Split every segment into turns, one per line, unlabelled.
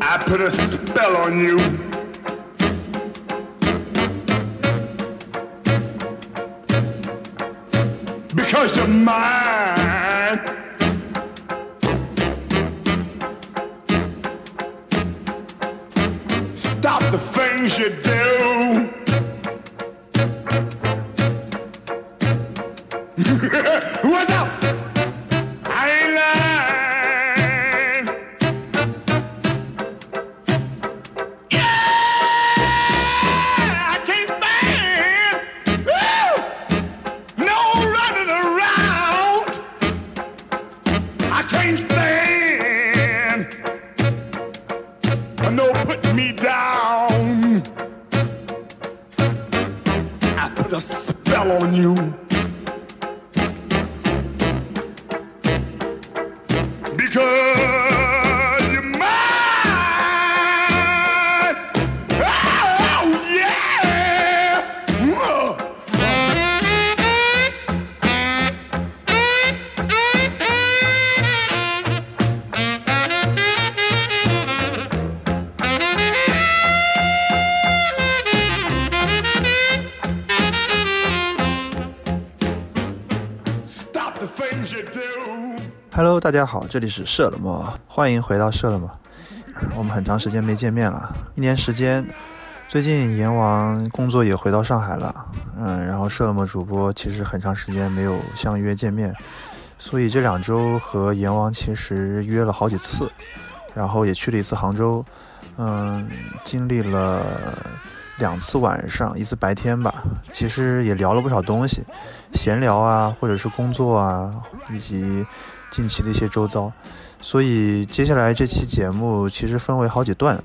I put a spell on you. Because you're mine. Stop the things you do. What's up? I ain't lying. Yeah, I can't stand. Woo! No running around. I can't stand. No putting me down. I put a spell on you. Because you're mine. Oh, yeah. Mwah. Stop the things you do.
Hello，大家好，这里是社了么，欢迎回到社了么。我们很长时间没见面了，一年时间。最近阎王工作也回到上海了，嗯，然后社了么主播其实很长时间没有相约见面，所以这两周和阎王其实约了好几次，然后也去了一次杭州，嗯，经历了两次晚上，一次白天吧，其实也聊了不少东西，闲聊啊，或者是工作啊，以及近期的一些周遭，所以接下来这期节目其实分为好几段，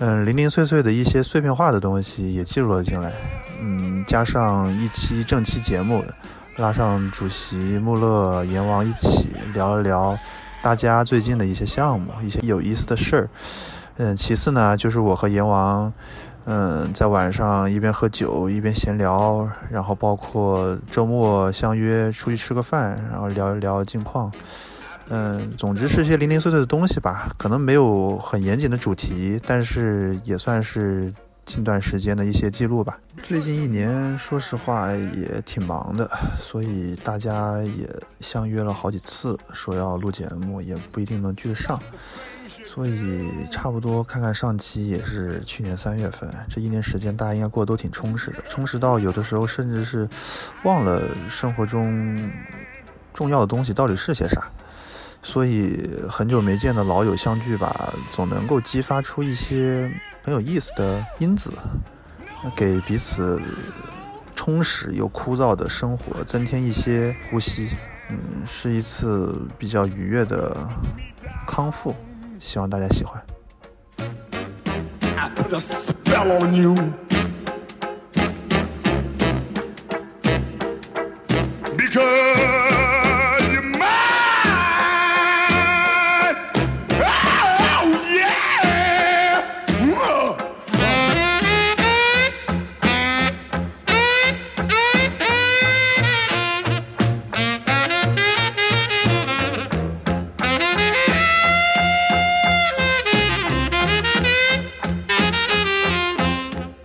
嗯，零零碎碎的一些碎片化的东西也记录了进来，嗯，加上一期正期节目，拉上主席穆勒、阎王一起聊了聊大家最近的一些项目、一些有意思的事儿，嗯，其次呢就是我和阎王。嗯，在晚上一边喝酒一边闲聊，然后包括周末相约出去吃个饭，然后聊一聊近况。嗯，总之是一些零零碎碎的东西吧，可能没有很严谨的主题，但是也算是近段时间的一些记录吧。最近一年，说实话也挺忙的，所以大家也相约了好几次，说要录节目，也不一定能聚得上。所以差不多看看上期也是去年三月份，这一年时间大家应该过得都挺充实的，充实到有的时候甚至是忘了生活中重要的东西到底是些啥。所以很久没见的老友相聚吧，总能够激发出一些很有意思的因子，给彼此充实又枯燥的生活增添一些呼吸。嗯，是一次比较愉悦的康复，希望大家喜欢。
I put a spell on you. Because you're mine. Oh, yeah. Mwah.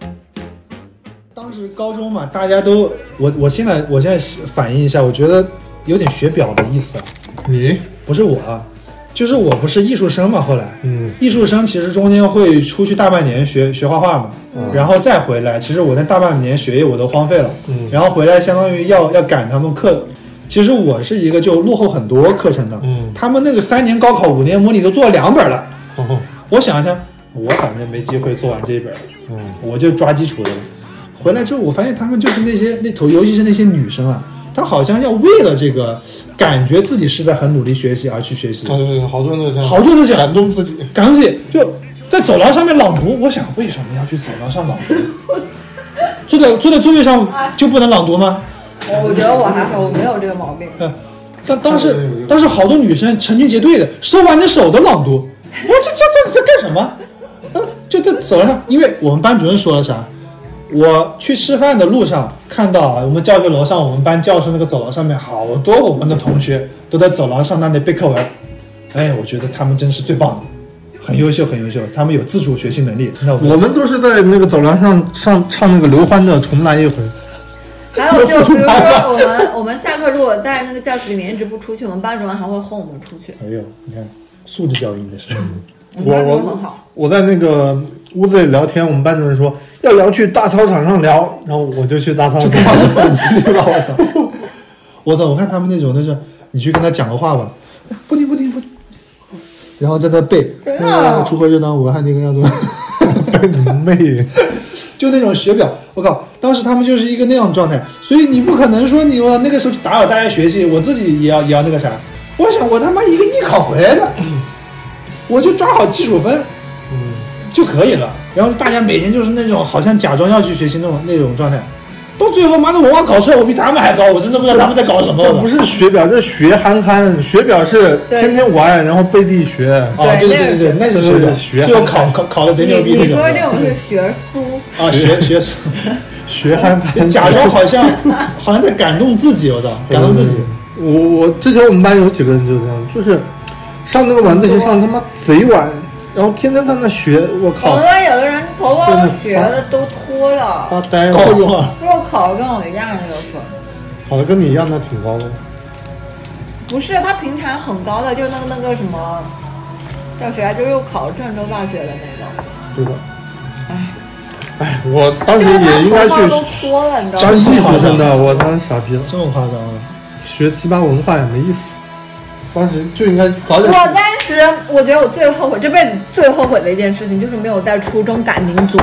Yes 当时高中嘛，大家都我我现在我现在反映一下，我觉得有点学表的意思啊，
你
不是我啊，就是我不是艺术生嘛，后来，
嗯，
艺术生其实中间会出去大半年学学画画嘛，然后再回来，其实我那大半年学业我都荒废了，
嗯
然后回来相当于要要赶他们课。其实我是一个就落后很多课程的，
嗯
他们那个三年高考五年模拟都做了两本了，
哦，
我想一想，我反正没机会做完这一本，
嗯，
我就抓基础的了。回来之后，我发现他们就是那些那头，尤其是那些女生啊，她好像要为了这个，感觉自己是在很努力学习而去学习
嗯
对，对对，好多人都这样，
好多人都这样
感动自己，
感觉自己就在走廊上面朗读。我想，为什么要去走廊上朗读？坐在坐在座位上就不能朗读吗？
我觉得我还好，我没有这个毛病。
嗯， 当当时当时好多女生成群结队的手挽着手的朗读，我说这这这这干什么？呃，就在走廊上，因为我们班主任说了啥，我去吃饭的路上看到啊，我们教学楼上我们班教室那个走廊上面，好多我们的同学都在走廊上那里背课文。哎，我觉得他们真是最棒的，很优秀，很优秀，他们有自主学习能力。那
我们都是在那个走廊上上唱那个刘欢的《重来一回》，
还有就比如说我们我们下课如果在那个教室里面一直不出去，我们班主任还会轰我们出去。
哎呦，你看素质教育你的是。
我们
我
班主任
我
很好，
我在那个屋子里聊天，我们班主任说要聊去大操场上聊，然后我就去大操场上
他的粉丝对吧？我操！我操！我看他们那种，就是你去跟他讲个话 吧，哎不听不听不听，然后在那背，
真的啊
那个锄禾日当午，汗滴禾下土，
被你妹。
就那种学表。我靠，当时他们就是一个那样的状态，所以你不可能说你我那个时候打扰大家学习，我自己也要也要那个啥。我想我他妈一个艺考回来的，我就抓好基础分
嗯，
就可以了。然后大家每天就是那种好像假装要去学习那种那种状态，到最后妈的我忘考出来，我比他们还高，我真的不知道他们在搞什么
这
了
不。是学表，这是学憨憨。学表是
对
天天玩，然后背地学。
哦，对对对对对，那就是
那
的
个学
最后考考考的贼
你
牛逼那
你
种
说
的。
这种是学苏，
啊，学学什
学憨
么，
憨，
假装好像好像在感动自己，我操，感动自己。
我我之前我们班有几个人就这样，就是上那个晚自习上他妈贼晚，然后天天在那学，我
我
靠
们，班有的人头发都学了都脱了，
发呆了。
高中啊，
说考的跟我一样的分。
考的跟你一样，那挺高的。
不是，他平常很高的，就那个那个什么叫谁啊？就又考郑州大学的那
对的。哎，我当
个，
时
就是他
也应该
头发都
去
脱了，你知道
当
吗？
艺术生的，我当时傻逼了，
这么夸张啊？
学鸡巴文化也没意思。当时就应该早点。
我当时我觉得我最后悔，这辈子最后悔的一件事情就是没有在初中改民族，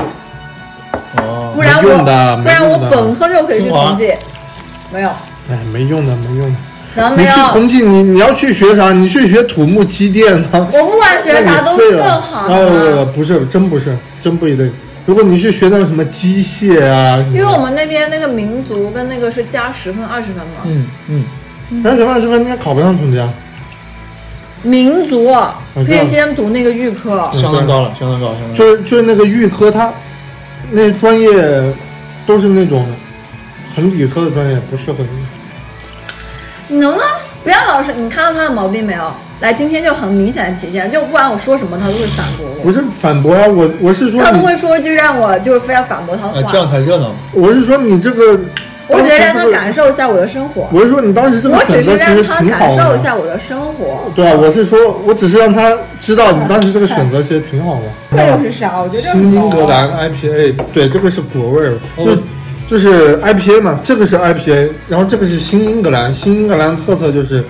不
哦，
然我
没用的
不然我
没用的
本科就可以去同济，没有，
哎，没用的，没用的。
然后
你
没
去
有，
同济，你你要去学啥？你去学土木机电吗？
我不管学啥
那
都
你废
更
了。
好
呃，
嘛。
不是，真不是，真不一定。如果你去学那个什么机械啊，什么
因
的
为我们那边那个民族跟那个是加十分二十分嘛，
嗯嗯，
然后学二十分，你也考不上同济啊。
民族啊
嗯
可以先读那个预科，
相当高了，相当高，相当高。
就是就是那个预科，它那专业都是那种很理科的专业，不适合你。
你能吗？不要老是，你看到他的毛病没有？来，今天就很明显的体现，就不管我说什么，他都会反驳
不
我，
是反驳呀、啊我我是说
他都
你，
会说一句让我就是非要反驳他的
啊
呃，
话。
这样才热闹嘛。
我是说你这个，
我只是让他
当时这个
感受一下我的生活，
我是说你当时这个
我只
选
是
择其
让
实
他
挺好
感受一
的。
下我的生活。
对啊，我是说，我只是让他知道你当时这个选择其实挺好的。
这又是啥？我觉得这
新英格
很高啊。
兰 IPA，对，这个是果味儿，
哦
就就是 IPA 嘛，这个是 IPA，然后这个是新英格兰，新英格兰特色就是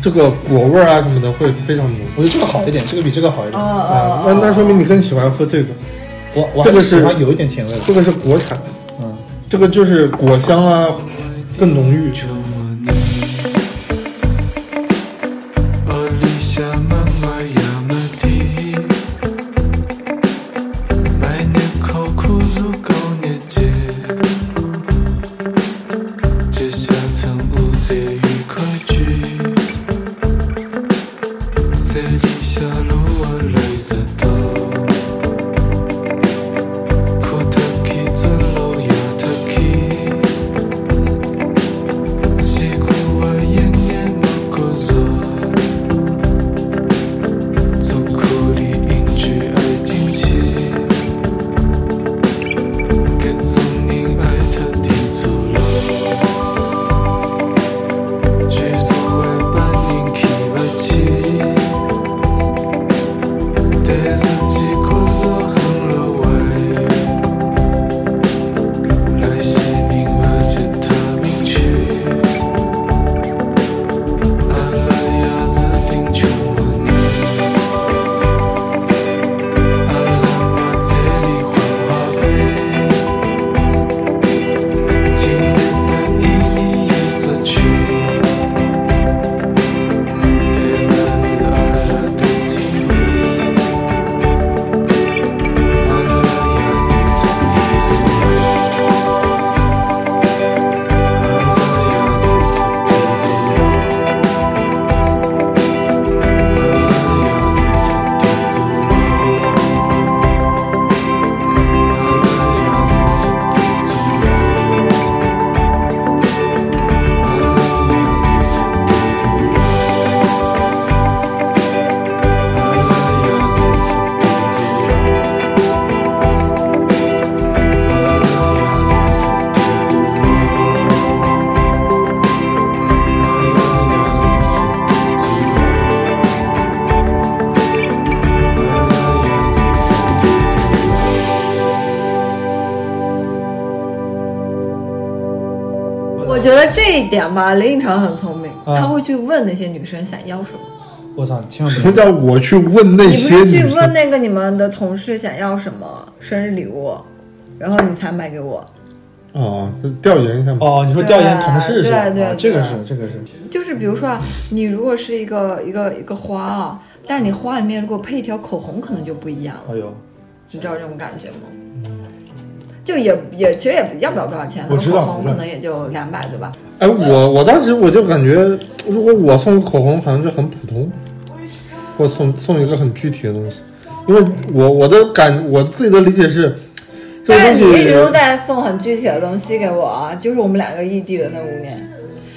这个果味儿啊什么的会非常浓。
我觉得这个好一点，这个比这个好一点。
哦
啊，那
哦
那说明你更喜欢喝这个，
我我
这
还
个
喜
是
欢有一点甜味的。
这个是国产，
嗯，
这个就是果香啊，更浓郁。
「
嗯我觉得这一点吧，雷应成很聪明，
啊
他会去问那些女生想要什么。
我操，你千万
什
别
么 叫我去问那
你不
些
是去
女
问
生？
那个你们的同事想要什么生日礼物，然后你才买给我，
哦，就调研一下嘛。
哦，你说调研同事是吧？
对对
啊
对
这个是这个是，
就是比如说啊，你如果是一个一个一个花啊，但你花里面如果配一条口红，可能就不一样了，
哎呦，
你知道这种感觉吗？
嗯
就也也其实也要不了多少钱，那
我
个
知道
口
我
红
知道
可能也就两百对吧？
哎，我我当时我就感觉，如果我送口红，好像就很普通，或送送一个很具体的东西，因为我我的感我自己的理解是，这个
但
东
是你一直都
西
在送很具体的东西给我啊，就是我们两个异地的那五年，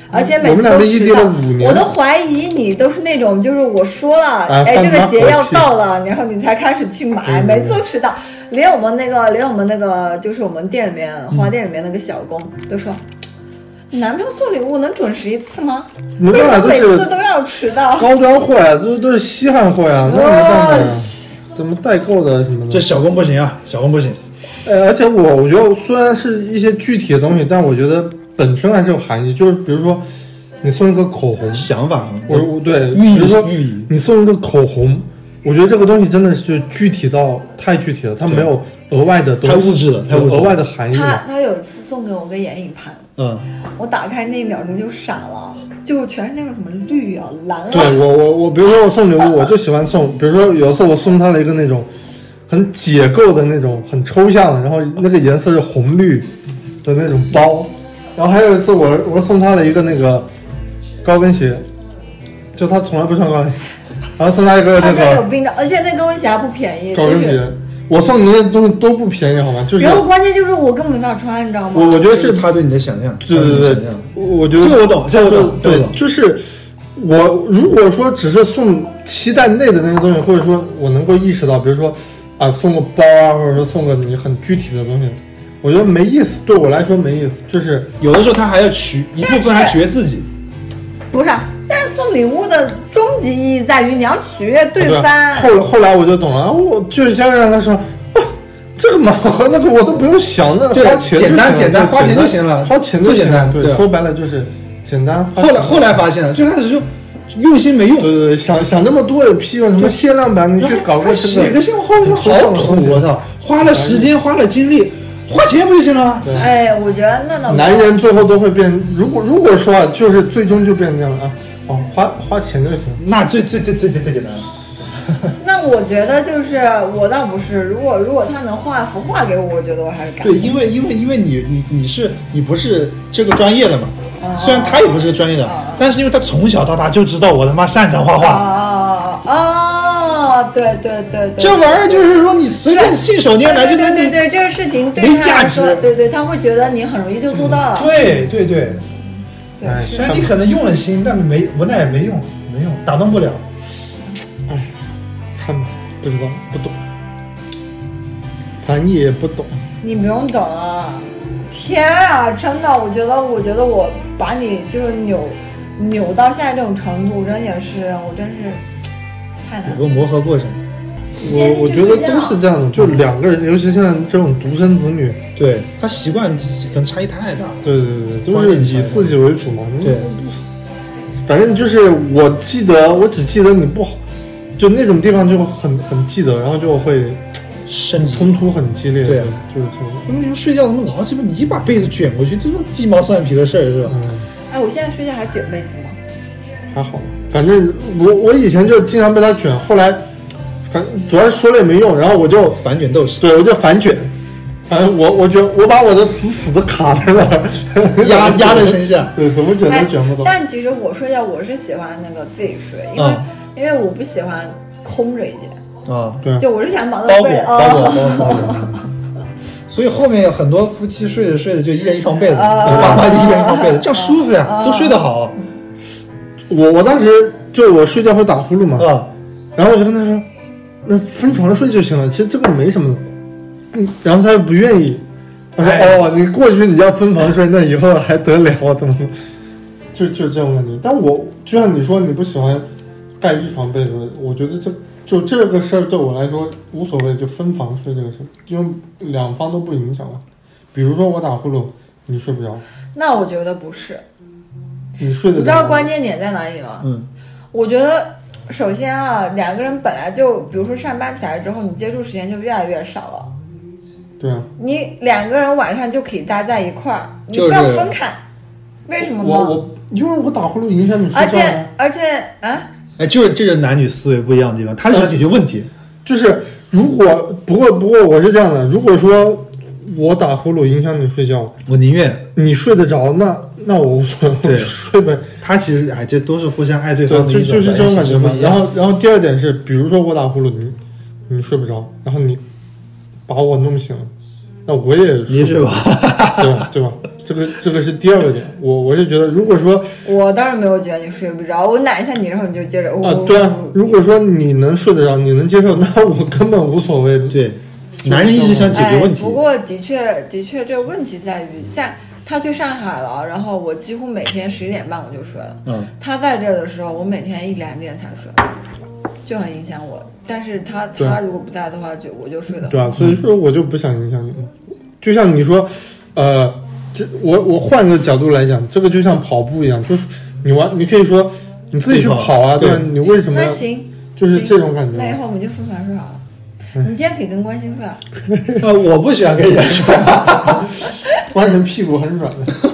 而且每
嗯我
次
们
都
两个异
迟
地
到
了五，年
我都怀疑你都是那种就是我说了，
哎
哎，
放
这个
马
节
狗
要
屁
到了，然后你才开始去买，
对
每次都迟到，连我们那个连我们那个就是我们店里面花店里面那个小工
嗯
都说。你男朋友送礼物能准时一次吗？
没
为什
办
么
法，
每
啊就
次
是
都要迟到？
高端货呀，都都是稀罕货呀，那没办法呀，怎么代购的什么的
这。小工不行啊，小工不行。
呃，而且我我觉得虽然是一些具体的东西，但我觉得本身还是有含义。就是比如说，你送一个口红，
想法啊，
我我对，
寓意
比如说
寓意
你送一个口红，我觉得这个东西真的是就具体到太具体了，它没有额外的东西，
太物质了太物质了
有额外的含义了。
他他有一次送给我个眼影盘，
嗯，
我打开那一秒钟就傻了，就全是那种什么绿啊、蓝啊，
对我我我，比如说我送礼物，我就喜欢送，比如说有一次我送他了一个那种很解构的那种很抽象的，然后那个颜色是红绿的那种包，然后还有一次我我送他了一个那个高跟鞋，就他从来不穿高跟鞋，然后送他一个
他
那
这儿有
个
冰的，而且那高跟鞋还不便宜，
高
就
跟鞋
是。，
我送你那些东西都不便宜，好吗？就是
然后
我
关键就是我根本没法穿，你知道吗？
我觉得是
他对你的想象，
对
他
对
你的
对
想象，
我我觉
嗯
得
这个我懂这个我懂
就是
这个我
对，
懂
就是我如果说只是送期待内的那些东西，或者说我能够意识到，比如说啊送个包啊，或者说送个你很具体的东西，我觉得没意思，对我来说没意思，就是
有的时候他还要取一部分，还取悦自己。
不是，啊但是送礼物的终极意义在于你要取悦对
啊对
方。
后来后来我就懂了，啊我就是想让他说。哇这个蛮好，那个我都不用想，那
对
花钱就
简单
行了
简单
对
花钱就行了
花钱
最
就行
简单
了
对
对，
啊
说白了就是简单。花
后来
钱
后来发现了，最开始就用心没用，哎
对对对，呃想想那么多有屁用？什么限量版，你去搞
他
个啊
洗
这
个
个
像花像好土，啊我操，花了时间，花了精力，花钱不就行了吗？
哎，我觉得那倒没有
男人最后都会变，如果如果说啊，就是最终就变这样了啊，哦，花花钱就行。
那最最最最最最简单了。
那我觉得就是我倒不是，如果如果他能画一幅画给我，我觉得我还是感
对，因为因为因为你你你是你不是这个专业的嘛，虽然他也不是个专业的，但是因为他从小到大就知道我他妈擅长画画，
哦哦，对对对对，
这玩意儿就是说你随便信手拈来
对
就
对
能
对
你。
对，这个事情对
没
他
价
来说
值嗯
对对，他会觉得你很容易就做到了。
对对对，
哎，
虽然你可能用了心，但没我那也没用，没用，打动不了。
看吧，不知道不懂，咱也不懂。
你不用等啊！天啊，真的，我觉得，我觉得我把你就是扭扭到现在这种程度，真也是，我真是太难
有。个磨合过程，
我我觉得都是这样的，就两个人，尤其现在这种独生子女，
对他习惯可能差异太大。
对对对对，都是以自己为主嘛。
对，
反正就是我记得，我只记得你不好，就那种地方就很很记得，然后就会
身体。
冲突很激烈，
对啊
就是这种。
他们就睡觉怎么老鸡巴你把被子卷过去，这种鸡毛蒜皮的事儿是吧？
嗯，
哎，我现在睡觉还卷被子吗？
还好吧，反正我我以前就经常被他卷，后来反主要是说了也没用，然后我就
反卷斗士，
对我就反卷，反正我我卷我把我的死死的卡在那儿，
压压在身下。
对，怎么卷
哎
都卷不，到。
但其实我睡觉我是喜欢那个自己睡，因为、
嗯
因为我不喜欢空着一间，
啊，
对，啊
就我是想把它
包裹
睡
包裹
哦。
包裹包裹。所以后面有很多夫妻睡着睡着就一人一床被子，
啊
我爸妈就一人一床被子，这样舒服呀，都睡得好
我我当时就我睡觉会打呼噜嘛，
啊。
然后我就跟他说，那分床睡就行了，其实这个没什么的。嗯，然后他又不愿意，他说、
哎
哦，你过去你要分房睡，那以后还得了？啊怎么怎么就就这种感觉。但我就像你说，你不喜欢盖一床被子，我觉得这就这个事儿对我来说无所谓，就分房睡这个事儿，因为两方都不影响了。比如说我打呼噜，你睡不着，
那我觉得不是。
你睡
你
得
知
着
道
吗
关键点在哪里吗？
嗯，
我觉得首先啊，两个人本来就，比如说上班起来之后，你接触时间就越来越少了。
对啊，
你两个人晚上就可以待在一块儿，你
就是
非要分开，为什么
我
呢？
我因为我打呼噜影响你睡
而
觉啊
且。而且啊，
哎，就是这就是男女思维不一样的地方，他是想解决问题，
就是如果不过不过我是这样的，如果说我打呼噜影响你睡觉，
我宁愿
你睡得着，那那我无所谓，我
对
睡呗。
他其实哎，这都是互相爱对
对，
方的
就
一
就是这种
形
感觉
式
嘛
不。一样
然后然后第二点是，比如说我打呼噜，你你睡不着，然后你把我弄醒了，那我也
你
睡
是
不
吧
着，？对吧？对吧？这个这个是第二个点，我我是觉得，如果说
我当然没有觉得你睡不着，我奶一下你，然后你就接着呜
啊
呜，
对啊
呜，
如果说你能睡得着，你能接受，那我根本无所谓。
对，男人一直想解决问题
哎、，不过的确，的确，这个问题在于，像他去上海了，然后我几乎每天十一点半我就睡了。
嗯，
他在这儿的时候，我每天一两点才睡，就很影响我。但是他
对
他如果不在的话，就我就睡得
对啊，所以说我就不想影响你。就像你说，呃，这我我换个角度来讲，这个就像跑步一样，就是你玩，你可以说你自己去跑啊，
自己
对
跑
啊，你为什么
那
要
行，
就是这种感
那以
觉？嗯
后我们就分房睡好了。你今天可以跟关心睡啊，
呃，我不喜欢跟人家说，
完全屁股很软的，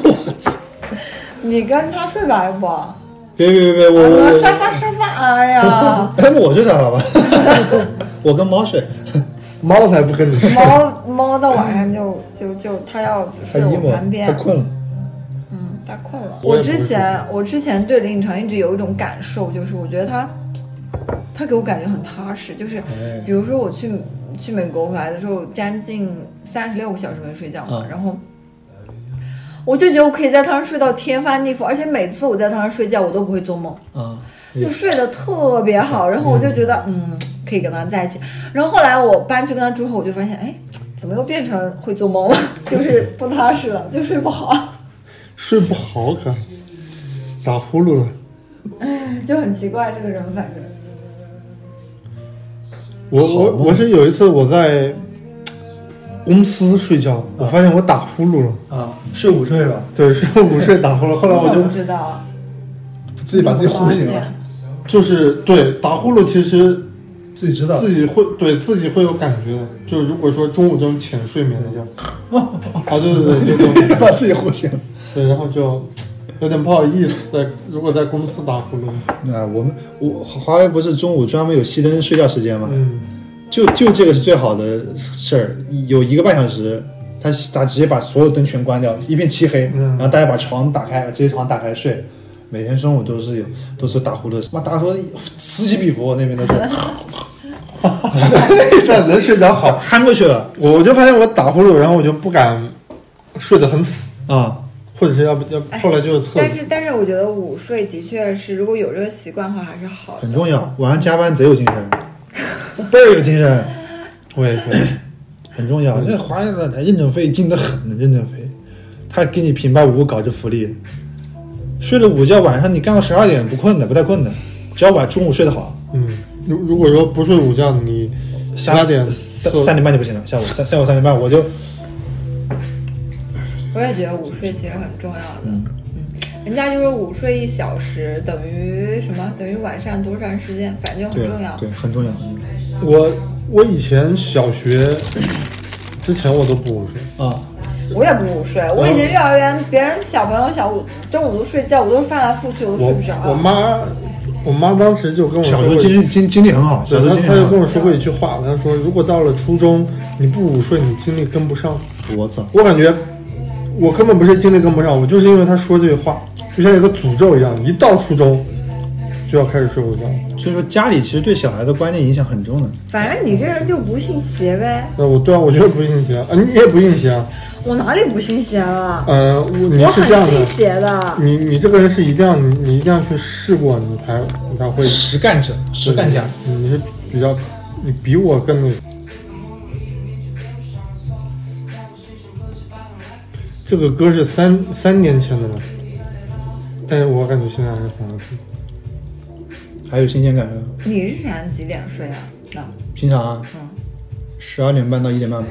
你跟他睡吧，要不？
哦
我
别别别别，我我
说
我， ，
沙发沙发，哎 呀
要不我就打吧，我跟猫睡，
猫才不跟你睡。
猫猫到晚上就就就它要
他
睡我
emo，
旁边，啊
他困了，
嗯，他困了。
我
我
也不会
之前我之前对林以诚一直有一种感受，就是我觉得他，他给我感觉很踏实。就是
哎
比如说我去去美国回来的时候，将近三十六个小时没睡觉
啊
嘛，
嗯
然后。我就觉得我可以在他上睡到天翻地覆，而且每次我在他上睡觉，我都不会做梦，
啊，
嗯
就睡得特别好。然后我就觉得，嗯，可以跟他在一起。然后后来我搬去跟他住后，我就发现，哎，怎么又变成会做梦了？ 就是不踏实了，就睡不好。
睡不好可打呼噜了。
就很奇怪这个人，反正
我我我是有一次我在公司睡觉，我发现我打呼噜了，
啊，睡午睡吧，
对，是午睡打呼噜。后来我
怎
就
么知道啊？
自己把自己呼醒
我发
了
现，
就是对打呼噜，其实
自己知道
自。己会对自己会有感觉的。就如果说中午这种浅睡眠的觉，啊，对对对，就这种感觉
把自己呼 醒了。
对，然后就有点不好意思，在如果在公司打呼噜，
啊，我们我华为不是中午专门有熄灯睡觉时间吗？
嗯，
就就这个是最好的事儿，有一个半小时，他他直接把所有灯全关掉，一片漆黑，
嗯
然后大家把床打开，直接床打开睡。每天中午都是有都是打呼噜，妈打说此起彼伏，那边 都是哦
哎这样能睡着好。
憨过去了
我我就发现我打呼噜，然后我就不敢睡得很死，
啊。
或者是要不要后来就是侧
哎但
着。
是但是我觉得午睡的确是，如果有这个习惯的话，还是好的
很。重要，晚上加班贼有精神，倍儿有精神，
我也是，
很重
嗯
要。那华人来认证费进得很，认证费，他给你品牌五搞这福利，睡了午觉，晚上你干到十二点不困的，不带困的，只要晚中午睡得好，
嗯，如如果说不睡午觉，你其
下
他点
三
侧
三点半就不行了，下午三下午三点半我就
我也觉得午睡其实很重要的。嗯，人家就是午睡一小时等于什么？等于晚上多长时间？反正就
对
很重要。
对很重要
我我以前小学之前我都不午睡。
啊。
我也不午睡，我以前幼儿园别人小朋友小午中午都睡觉，我都是翻啊来覆去，我都
我
睡不着。
我妈，我妈当时就跟我说
小
过
时候
一句
精力精精力很好，小时候
对
啊
她
精力
她就跟
很
我
好。
说过一句话，她说如果到了初中你不午睡，你精力跟不上。
我操，
我感觉我根本不是精力跟不上，我就是因为她说这句话，就像一个诅咒一样，一到初中就要开始睡午觉。
所以说家里其实对小孩的观念影响很重的。
反正你这人就不信邪呗，
那我对啊，我就是不信邪啊，你也不信邪啊。
我哪里不信邪了？
呃，我你
我
是
很
这样
信
的，
邪的。
你你这个人是一定要你你一定要去试过，你才你才会
实干者，实干家，
你你是比较，你比我更那个。这个歌是三三年前的了，但是我感觉现在还是很好听。
还有新鲜感。
你日常几点睡啊？那
平常啊
嗯，
十二点半到一点半吧，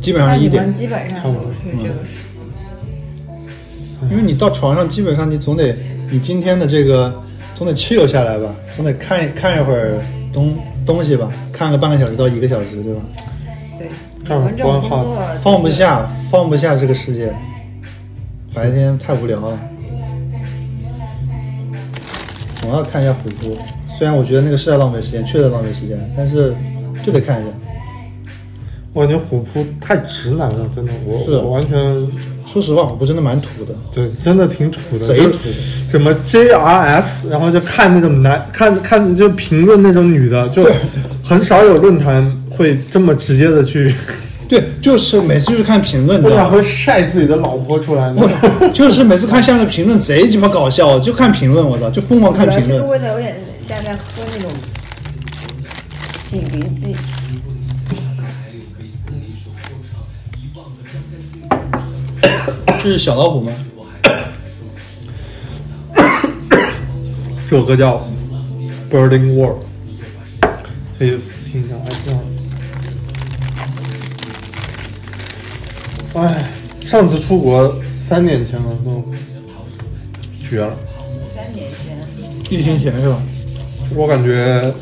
基本
那
上
你
一点嗯
们。基本上都是这个时间。
因为你到床上基本上你总得，你今天的这个总得 chill 下来吧，总得看看一会儿东东西吧，看个半个小时到一个小时，对吧？
对，
这
我
样
们这种
光
工作
放不下，放不下这个世界，白天太无聊了。总要看一下虎扑，虽然我觉得那个是在浪费时间，确实在浪费时间，但是就得看一下。
我感觉虎扑太直男了，真的，我
是的啊
我完全
说实话，虎扑真的蛮土的，
对，真的挺土的，
贼
就
土的
什么 JRS，然后就看那种男，看看就评论那种女的，就很少有论坛会这么直接 的去，
对，就是每次就是看评论，你
不
知
然
道吗？
会晒自己的老婆出来。
就是每次看下面评论贼鸡巴搞笑，就看评论，我操，就疯狂
主
看
要
评
这个
论。
味道有点像在喝那种洗涤剂。
这是小老虎吗？
这首歌叫《Burning World》，可以听一下，还挺好。哎，上次出国三年前了，都绝了。
三年前，
疫情前是吧？
我感觉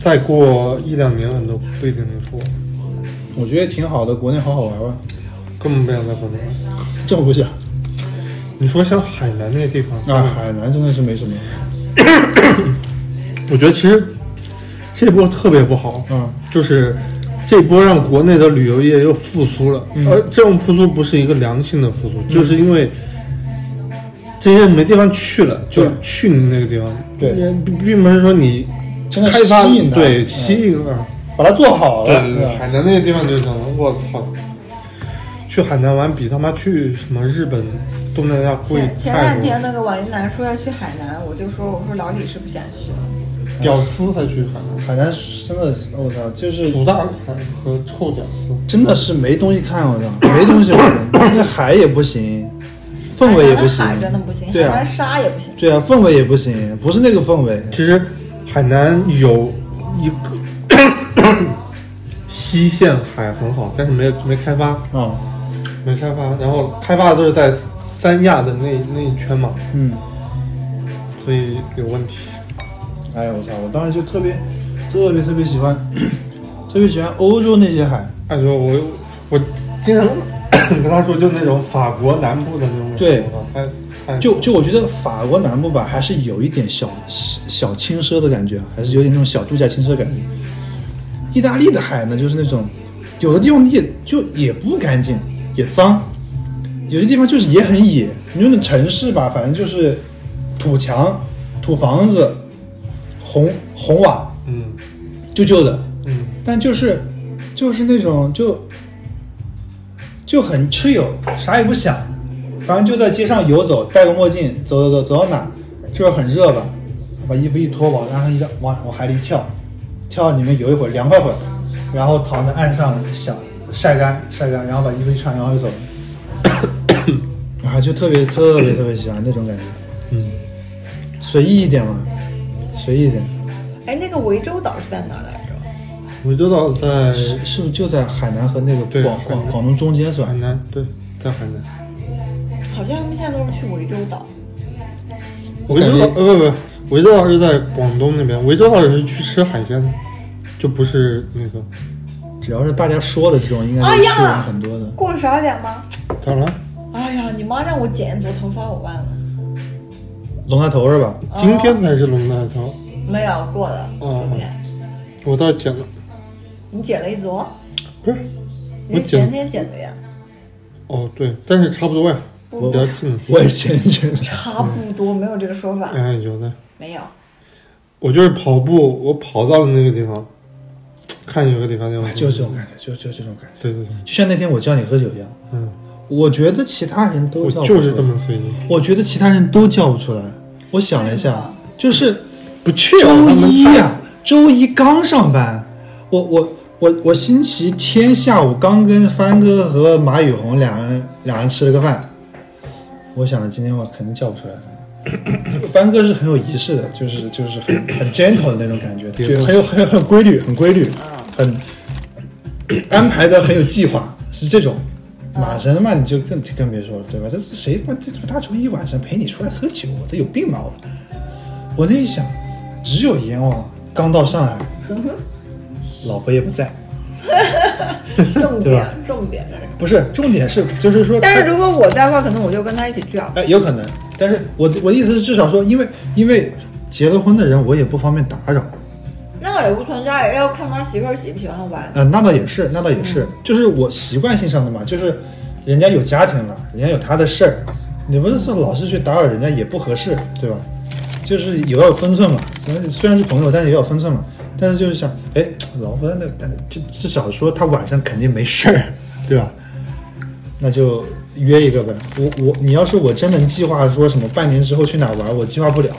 再过一两年，很多不一定能出，
我觉得挺好的，国内好好玩玩，根
根本不想在国内。
这么不想。
你说像海南那个地方，
啊，海南真的是没什么。
我觉得其实这波特别不好，
嗯，
就是这波让国内的旅游业又复苏了，而这种复苏不是一个良性的复苏，就是因为这些人没地方去了，就
对
去你那个地方，
对
并并不是说你
真的
开发
吸引他
对
嗯
吸引了，
把它做好
对
了，
对
是
对，
吧
海南那个地方就这样了，我操。去海南玩比他妈去什么日本、东南亚贵
前前
太
两
多
天
了，
那个婉一楠说要去海南，我就说我说老李是不想去了。
屌丝才去海南，
海南是真的是，我操，就是
土大海和臭屌丝。
真的是没东西看，我操，没东西玩，那海也不行，氛围也不行
海南的海真的不行，
对
海
啊
南，沙也不行。
对啊，氛围也不行，不是那个氛围，
其实海南有一个 西线海很好，但是没有没开发，
啊，
没开发。然后开发的都是在三亚的那那一圈嘛，
嗯，
所以有问题。
哎，我操，我当时就特别，特别特别喜欢， 特别喜欢欧洲那些海，
他说我我经常 跟他说，就那种法国南部的那种感觉，
对
我操太太
就就我觉得法国南部吧，还是有一点小小轻奢的感觉，啊还是有点那种小度假轻奢感觉。意大利的海呢，就是那种有的地方也就也不干净，也脏，有些地方就是也很野。你说那城市吧，反正就是土墙、土房子、红红瓦，
嗯
旧旧的，
嗯，
但就是就是那种就就很 chill，啥也不想，反正就在街上游走，戴个墨镜，走走走，走到哪就是很热吧，把衣服一脱，往岸上一往往海里一跳，跳到里面游一会儿，凉快会儿，然后躺在岸上想晒干晒干，然后把衣服一穿，然后就走了，啊，就特别特别特别喜欢那种感觉，
嗯，
随意一点嘛，随意一点，
哎，那个涠洲岛是在哪儿来着？
我就到在
是是不是就在海南和那个
对嗯
广
海
广
南
广东中间是吧
海？南，对，在海南。
好像他们现在都是去涠洲岛。
我
涠
感
洲岛
觉
呃不不，涠洲岛是在广东那边，涠洲岛是去吃海鲜的，就不是那个。
只要是大家说的这种，应该
哎
都是
呀
很多的。
过了十二点吗？
咋了？
哎呀，你妈让我剪一撮头发，我忘了。
龙抬头是吧？
今天才是龙抬头，
没有过了，
哦
昨天
我倒剪了，
你剪了一撮，
不是
你
我
是前
剪
天剪的呀？
哦对，但是差不多呀，比较近。
我也前觉得，
差不多，没有这个说
嗯
法，
哎，有的，
没有。
我就是跑步，我跑到了那个地方，看有个地方叫
哎，就是这种感觉，就就这种感觉，
对对对，
就像那天我叫你喝酒一样。
嗯，
我觉得其他人都
我
叫不出来
就是这，么随意。
我觉得其他人都叫不出来。我想了一下，就是
不去啊
周
他们
一呀、周一刚上班，我我我我星期天下午刚跟帆哥和马宇红两人两人吃了个饭，我想今天我肯定叫不出来。帆哥是很有仪式的，就是就是很很 gentle 的那种感觉，就很有很有很有规律，很规律，很安排的很有计划，是这种。马神嘛，你就更就更别说了，对吧？这这谁他妈这他妈大周一晚上陪你出来喝酒，这有病吧我？我那一想，只有阎王刚到上海，
嗯
老婆也不在，
重
对吧
点重点。
不是重点是就是说他，
但是如果我在的话，可能我就跟他一起去啊。
哎，有可能。但是我的我的意思是，至少说，因为因为结了婚的人，我也不方便打扰。
那个也不存在，要看他媳妇儿喜不喜欢玩。
呃，那倒也是，那倒也是，就是我习惯性上的嘛，就是人家有家庭了，人家有他的事儿，你不是说老是去打扰人家也不合适，对吧？就是也要有分寸嘛，虽然虽然是朋友，但是也要有分寸嘛。但是就是想，哎，老婆那但至至少说他晚上肯定没事儿，对吧？那就约一个呗。我我你要是我真能计划说什么半年之后去哪玩，我计划不了。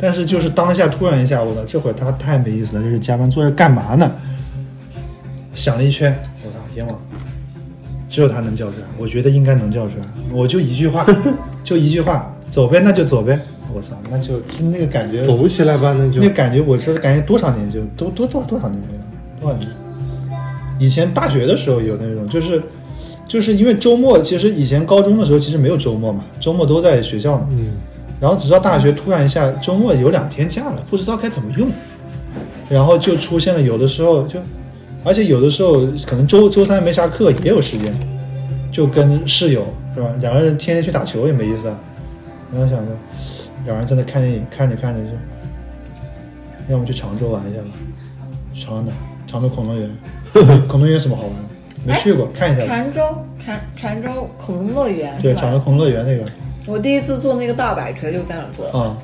但是就是当下突然一下，我操，这会儿他太没意思了，这是加班坐这干嘛呢？想了一圈，我操，阎王，只有他能叫出来，我觉得应该能叫出来。我就一 句话，就一句话，走呗，那就走呗。我操，那就那个感觉，
走起来吧，那就
那感觉，我是感觉多少年就多多多多少年没了，多少年？以前大学的时候有那种，就是就是因为周末，其实以前高中的时候其实没有周末嘛，周末都在学校嘛。
嗯，
然后直到大学突然一下周末有两天假了，不知道该怎么用，然后就出现了有的时候就，而且有的时候可能周周三没啥课也有时间，就跟室友是吧，两个人天天去打球也没意思啊。然后想着，两人在那看电影，看着看着就，要么去常州玩一下吧，长安的常州恐龙园，恐龙园有什么好玩的？没去过，看一下吧。
禅州禅禅州恐龙乐园，
对，
是吧
常州恐龙乐园那个
我第一次坐那个大摆锤就在那儿坐的，
啊、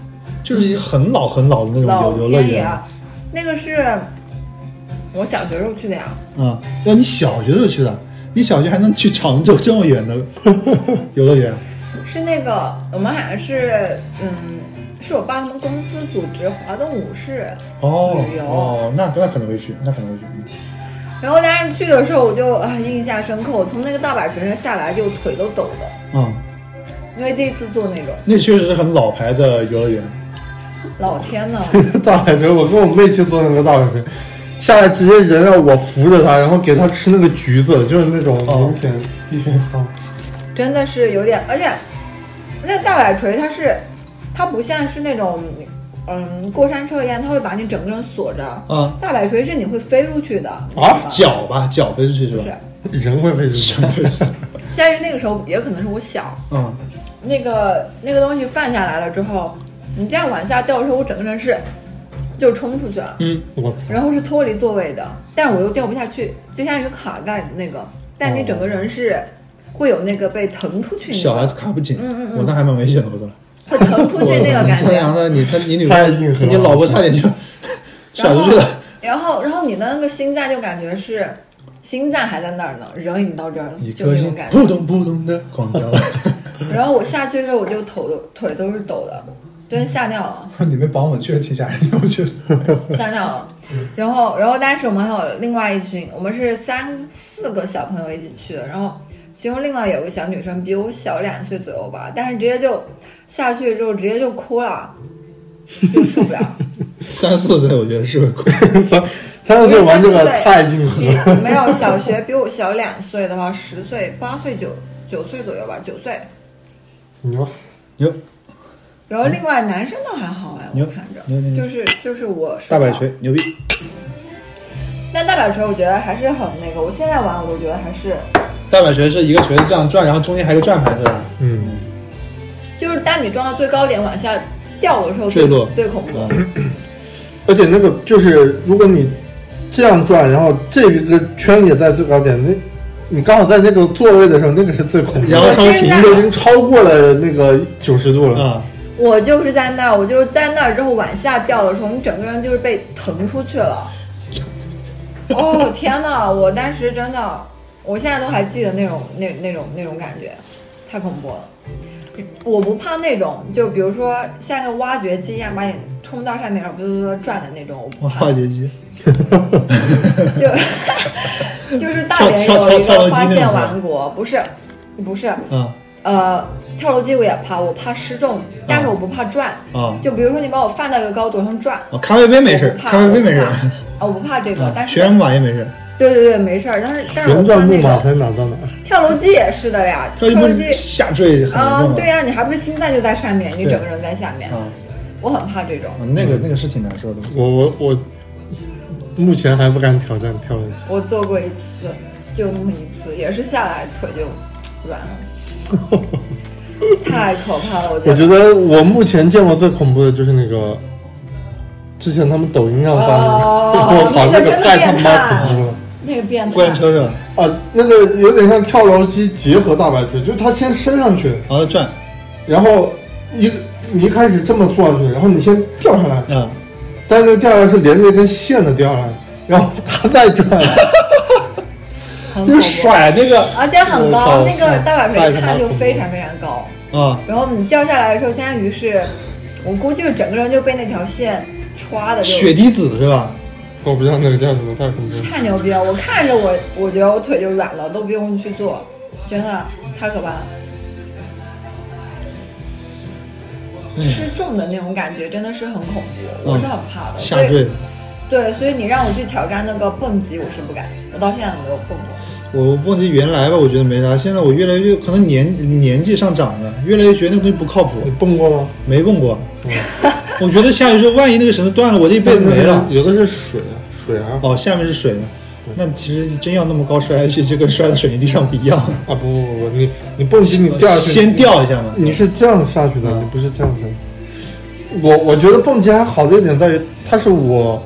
就是很老很老的那
老
种游游乐
天爷
园。
啊，那个是我小学时候去的呀。
啊，要你小学就去的，你小学还能去常州这么远的 游乐园？
是那个我们好像是嗯，是我爸他们公司组织华东五市
哦
旅游，
哦，那那可能会去，那可能会去。
然后当时去的时候我就啊印象深刻，我从那个大摆锤上下来就腿都抖了，
嗯，
因为第一次坐那种，
那确实是很老牌的游乐园。
啊老天呐，
大摆锤，我跟我妹去做那个大摆锤，下来直接人让我扶着她，然后给她吃那个橘子，就是那种
哦
明显地宣汤。
真的是有点，而且那大摆锤它是它不像是那种嗯过山车一样，它会把你整个人锁着，
啊
大摆锤是你会飞出去的
啊，脚吧，脚飞出去是
是啊
吧？
吧。
人会被 吃
真不 行。
是，相当于那个时候也可能是我小，
嗯，
那个那个东西放下来了之后，你这样往下掉的时候，我整个人是就冲出去了，
我操！
然后是脱离座位的，但是我又掉不下去，就相当于卡在那个，但你整个人是会有那个被腾出去那个，
哦小孩子卡不紧，
嗯
我那还蛮危险的，我操。
会腾出去那个感
我孙杨
觉。
的，你他你女
太硬核了
你老婆差点就 甩
然
出
后
去了。，
然后，然后你的那个心脏就感觉是心脏还在那儿呢，人已经到这儿了
一，
就
颗
那种
心
感觉
扑。通扑通的狂 跳。
然后我下去的时候，我就头都腿都是抖的，真吓尿了。
你们绑我确实挺吓人的，我觉得。
吓尿了。啊然后，然后当时我们还有另外一群，我们是三四个小朋友一起去的，然后其中另外有个小女生比我小两岁左右吧，但是直接就下去之后直接就哭了，就受不了。
三四岁我觉得是会哭。
三三十岁玩这个太硬核
比
了。
没有小学比我小两岁的话，十岁、八岁、九九岁左右吧，九岁。
你说
哟，
然后另外男生倒还好哎，我
牛
看着
牛牛牛
就是就是我受
嗯大
不
摆
了
锤牛逼！
但大摆锤我觉得还是很那个，我现在玩我都觉得还是
大摆锤是一个锤子这样转，然后中间还有个转盘，对吧？
嗯，
就是当你撞到最高点往下掉的时候，
坠落嗯
最恐怖。
而且那个就是，如果你这样转，然后这个圈也在最高点，那你刚好在那个座位的时候，那个是最恐怖
然
的。
后稍微停一
我现
你都已
下
经超过了那个九十度了，
啊，
我就是在那儿，我就在那儿之后往下掉的时候，你整个人就是被腾出去 了。哦天呐，我当时真的，我现在都还记得那种那那种那种感觉，太恐怖了。我不怕那种，就比如说像个挖掘机一样把你冲到上面，然后嘟嘟嘟转的那种，我不
哇，化。
怕
学 机，
就 就是大连
跳跳
有一
跳楼
个
机
发
那
现
种
王国，不是，不是，
啊
呃，跳楼机我也怕，我怕失重，但是我不怕转。
啊
就比如说你把我放到一个高度上转，
啊！咖啡杯没事
我，不怕
咖啡杯没事
我不怕，啊，我不怕这个，但
啊，
是
旋木马也没事，
对对对，没事儿。但是但是我
旋转
看
木
那
马
个
才哪到哪儿？
跳楼机也是的呀，
那
跳
一
楼
不
机
下坠很严
啊，
重
对呀、你还不是心脏就在上面，你
对
整个人在下面，
啊，
我很怕这种。
那个那个是挺难受的。
我我我，目前还不敢挑战跳楼机。
我做过一次，就那么一次，也是下来腿就软 了，太可怕了，我觉
我
得。
觉得我目前见过最恐怖的就是那个，之前他们抖音上发的，
哦
我靠，
那个
个
真的
太他
变态
妈恐怖了。
那个变态，
过山车是吧？
啊，那个有点像跳楼机结合大摆锤，就是他先升上去，
然后转，
然后一你一开始这么坐上去，然后你先掉下来，
嗯，
但是那掉下来是连着一根线的掉下来，然后他再转，
很
就
恐
是
怖，
甩那个
而且很高，
我靠
那个大摆
太
锤一
他妈
看就
恐怖
非
了
常非常高。
啊，
然后你掉下来的时候，相当于是，我估计整个人就被那条线歘的就
血滴子是吧？
我不知道那个叫什么，太恐怖了。
太牛逼了！我看着我，我觉得我腿就软了，都不用去做，真的太可怕了。
嗯
失重的那种感觉真的是很恐怖，我是很怕的。
下坠。
对，所以你让我去挑战那个蹦极，我是不敢，我到现在都没有蹦过。
我蹦极原来吧，我觉得没啥，现在我越来越可能年年纪上涨了，越来越觉得那个东西不靠谱，
你蹦过吗？
没蹦过。 我觉得下去之后，万一那个绳子断了，我这一辈子没了。
有的是水，水啊，
哦，下面是水呢，那其实真要那么高摔下去，就跟摔到水泥地上不一样。
啊不不不不，你你蹦极你掉下去，
先掉一下嘛。
你是这样下去的，
嗯
你不是这样下去。我我觉得蹦极还好的一点在于，它是我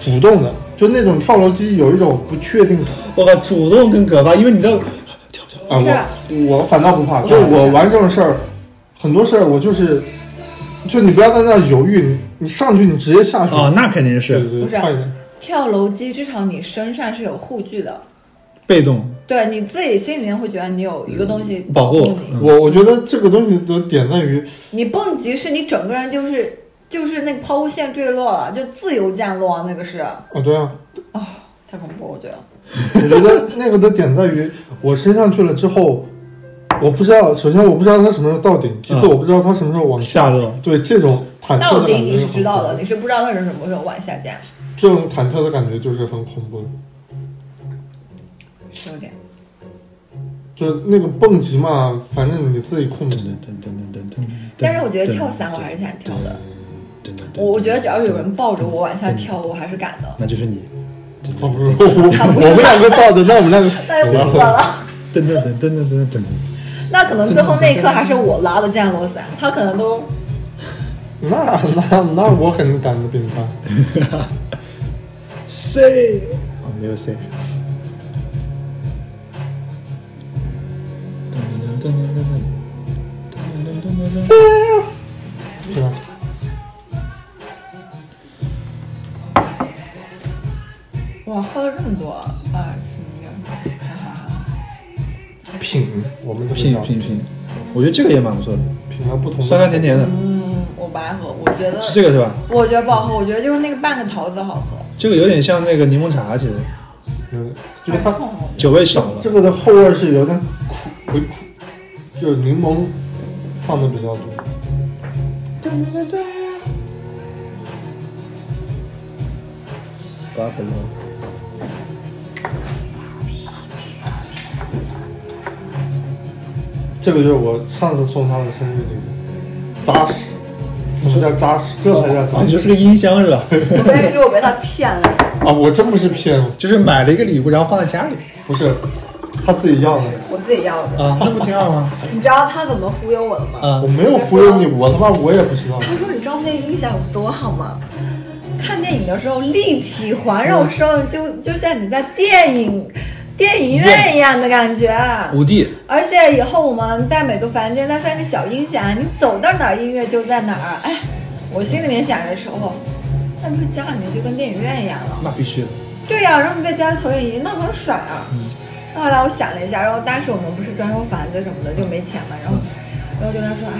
主动的，就那种跳楼机有一种不确定感
我靠，主动更可怕，因为你的
啊。
是啊
我我反倒不怕，就我玩这种事儿，很多事儿我就是，就你不要在那犹豫，你你上去你直接下去。
啊，那肯定
对
是
对
不是
对，
啊
快一点。
跳楼机至少你身上是有护具的，
被动。
对你自己心里面会觉得你有一个东西
嗯保护
护你。
我我觉得这个东西的点在于，
你蹦极是你整个人就是就是那个抛物线坠落了，就自由降落，那个是啊、
哦对啊，
太恐怖，我觉得。
我觉 得那个的点在于，我升上去了之后，我不知道，首先我不知道它什么时候到顶，其次
嗯
我不知道它什么时候往下。
下落，
对这种忐忑的
那我
感觉
顶你是
很
知道
恐
的，
嗯
怖
你是不知道它是什么时候往下降，
这种忐忑的感觉就是很恐怖的。
有点。
就那个蹦极嘛，反正你自己控制。
噔噔噔噔噔。
但是我觉得跳伞我还是想跳的，我我觉得只要有人抱着我往下跳，我还是敢的。
那就是你。
哦不是，我我们两个抱着， 那我们两个死
但是死
了。
了，
噔噔噔噔噔噔噔。
那可能最后那一刻还是我拉的降落伞，他可能都
那那那我肯定胆子比你大。
C，哦没有 C。噔噔噔噔噔噔噔噔噔噔
对吧？
哇喝了这么多，二四六七，还好还好
品，我们都是
拼拼拼，我觉得这个也蛮不错的，
品了不同的。
酸酸甜。甜的，
嗯，我不爱喝，我觉得
是这个是吧？
我觉得不好喝，我觉得就是那个半个桃子好喝。
这个有点像那个柠檬茶，其实
嗯，就是它
酒味少了
这。个的后味是有点苦，回苦，就是柠檬放的比较多。
八分钟。
这个就是我上次送他的生日礼物，扎实。什么叫扎实？这才叫
啊，
扎
你说
实
是个音箱是吧？
我跟你说，我被他骗了。
哦
啊！我真不是骗你，
就是买了一个礼物，然后放在家里
不是他自己要的。
我自己要 的。
啊，那不挺好吗？
你知道他怎么忽悠我的吗？
啊
我，没有忽悠你，我他妈我也不知道。
他说：“你知道那音响有多好吗？看电影的时候立体环绕声，就就像你在电影电影院一样的感觉。
五 D
而且以后我们在每个房间再放一个小音响，你走到哪儿音乐就在哪儿。哎，我心里面想着时候，那不是家里面就跟电影院一样了？
那必须的，
对呀、然后你在家里投影仪，那很爽啊。
嗯
那后来我想了一下，然后当时我们不是装修房子什么的就没钱嘛，然后，然后就跟他说啊，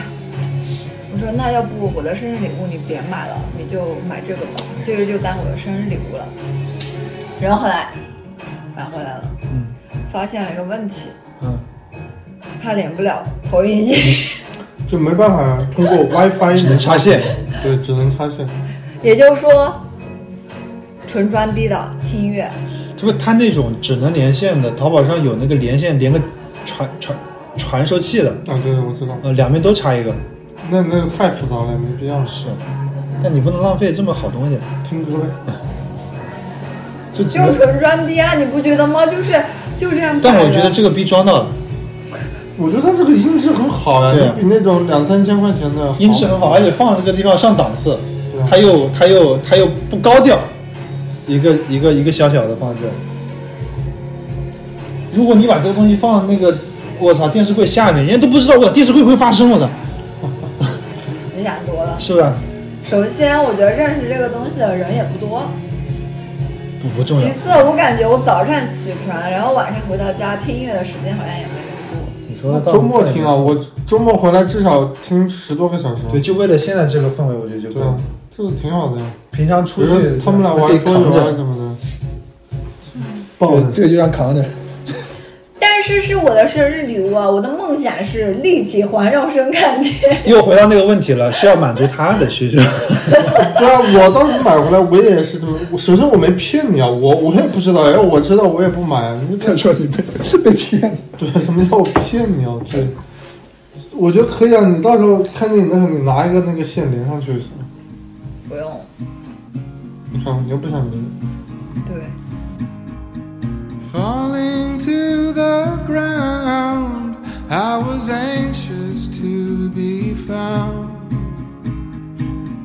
我说那要不我的生日礼物你别买了，你就买这个吧，这个就当我的生日礼物了。然后后来买回来了，
嗯
发现了一个问题，
嗯，
它连不了投影仪，
就没办法通过 WiFi
只能插线，
对，只能插线。啊
也就是说，纯装逼的听音乐。
不，他那种只能连线的，淘宝上有那个连线连个传传传输器的，
啊，对，我知道，
呃，两边都插一个，
那那个太复杂了，没必要。
是，但你不能浪费这么好东西，
听歌嘞，
就只
就是
能。
纯装逼啊，你不觉得吗？就是就这样摆着。
但我觉得这个逼装到了，
我觉得它这个音质很好呀，
对啊
它比那种两三千块钱的好
音质很好，而且放在这个地方上档次
对啊，
它又它又它又不高调，一个一个一个小小的放置。如果你把这个东西放那个，我操，电视柜下面，人家都不知道我电视柜会发声，我的，
你想多了。
是不是？
首先，我觉得认识这个东西的人也不多。
不不重要
其，次，我感觉我早上起床，然后晚上回到家听音乐的时间好像也没那么多。
你说的道理
周末听啊，，我周末回来至少听十多个小时。啊
对，就为了现在这个氛围，我觉得就够
对啊
了。，
这个挺好的呀。
平常
比
出
如
去
说他们俩
得
玩桌
扛
游啊
着，
什么的，抱
对
着。
对，就像扛着。
但是是我的生日礼物啊！我的梦想是立起环绕声看店。
又回到那个问题了，是要满足他的需求。
对啊，我当时买回来我也是这么，我首先我没骗你啊，我我也不知道，要我知道我也不买。啊你这
他说你被是被骗了。
对，什么叫我骗你啊？对，我觉得可以啊，你到时候看见你那个，你拿一个那个线连上去就行。
不用，
你看，嗯你又不想连。
对。
falling to the ground. I was anxious to be found.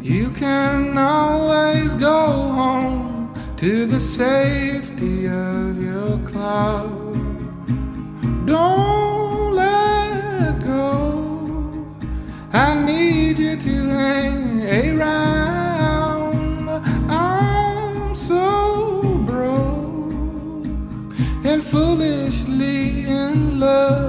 You can always go home to the safety of your cloud. Don't let go. I need you to hang around. I'm so broke and foolishly in love.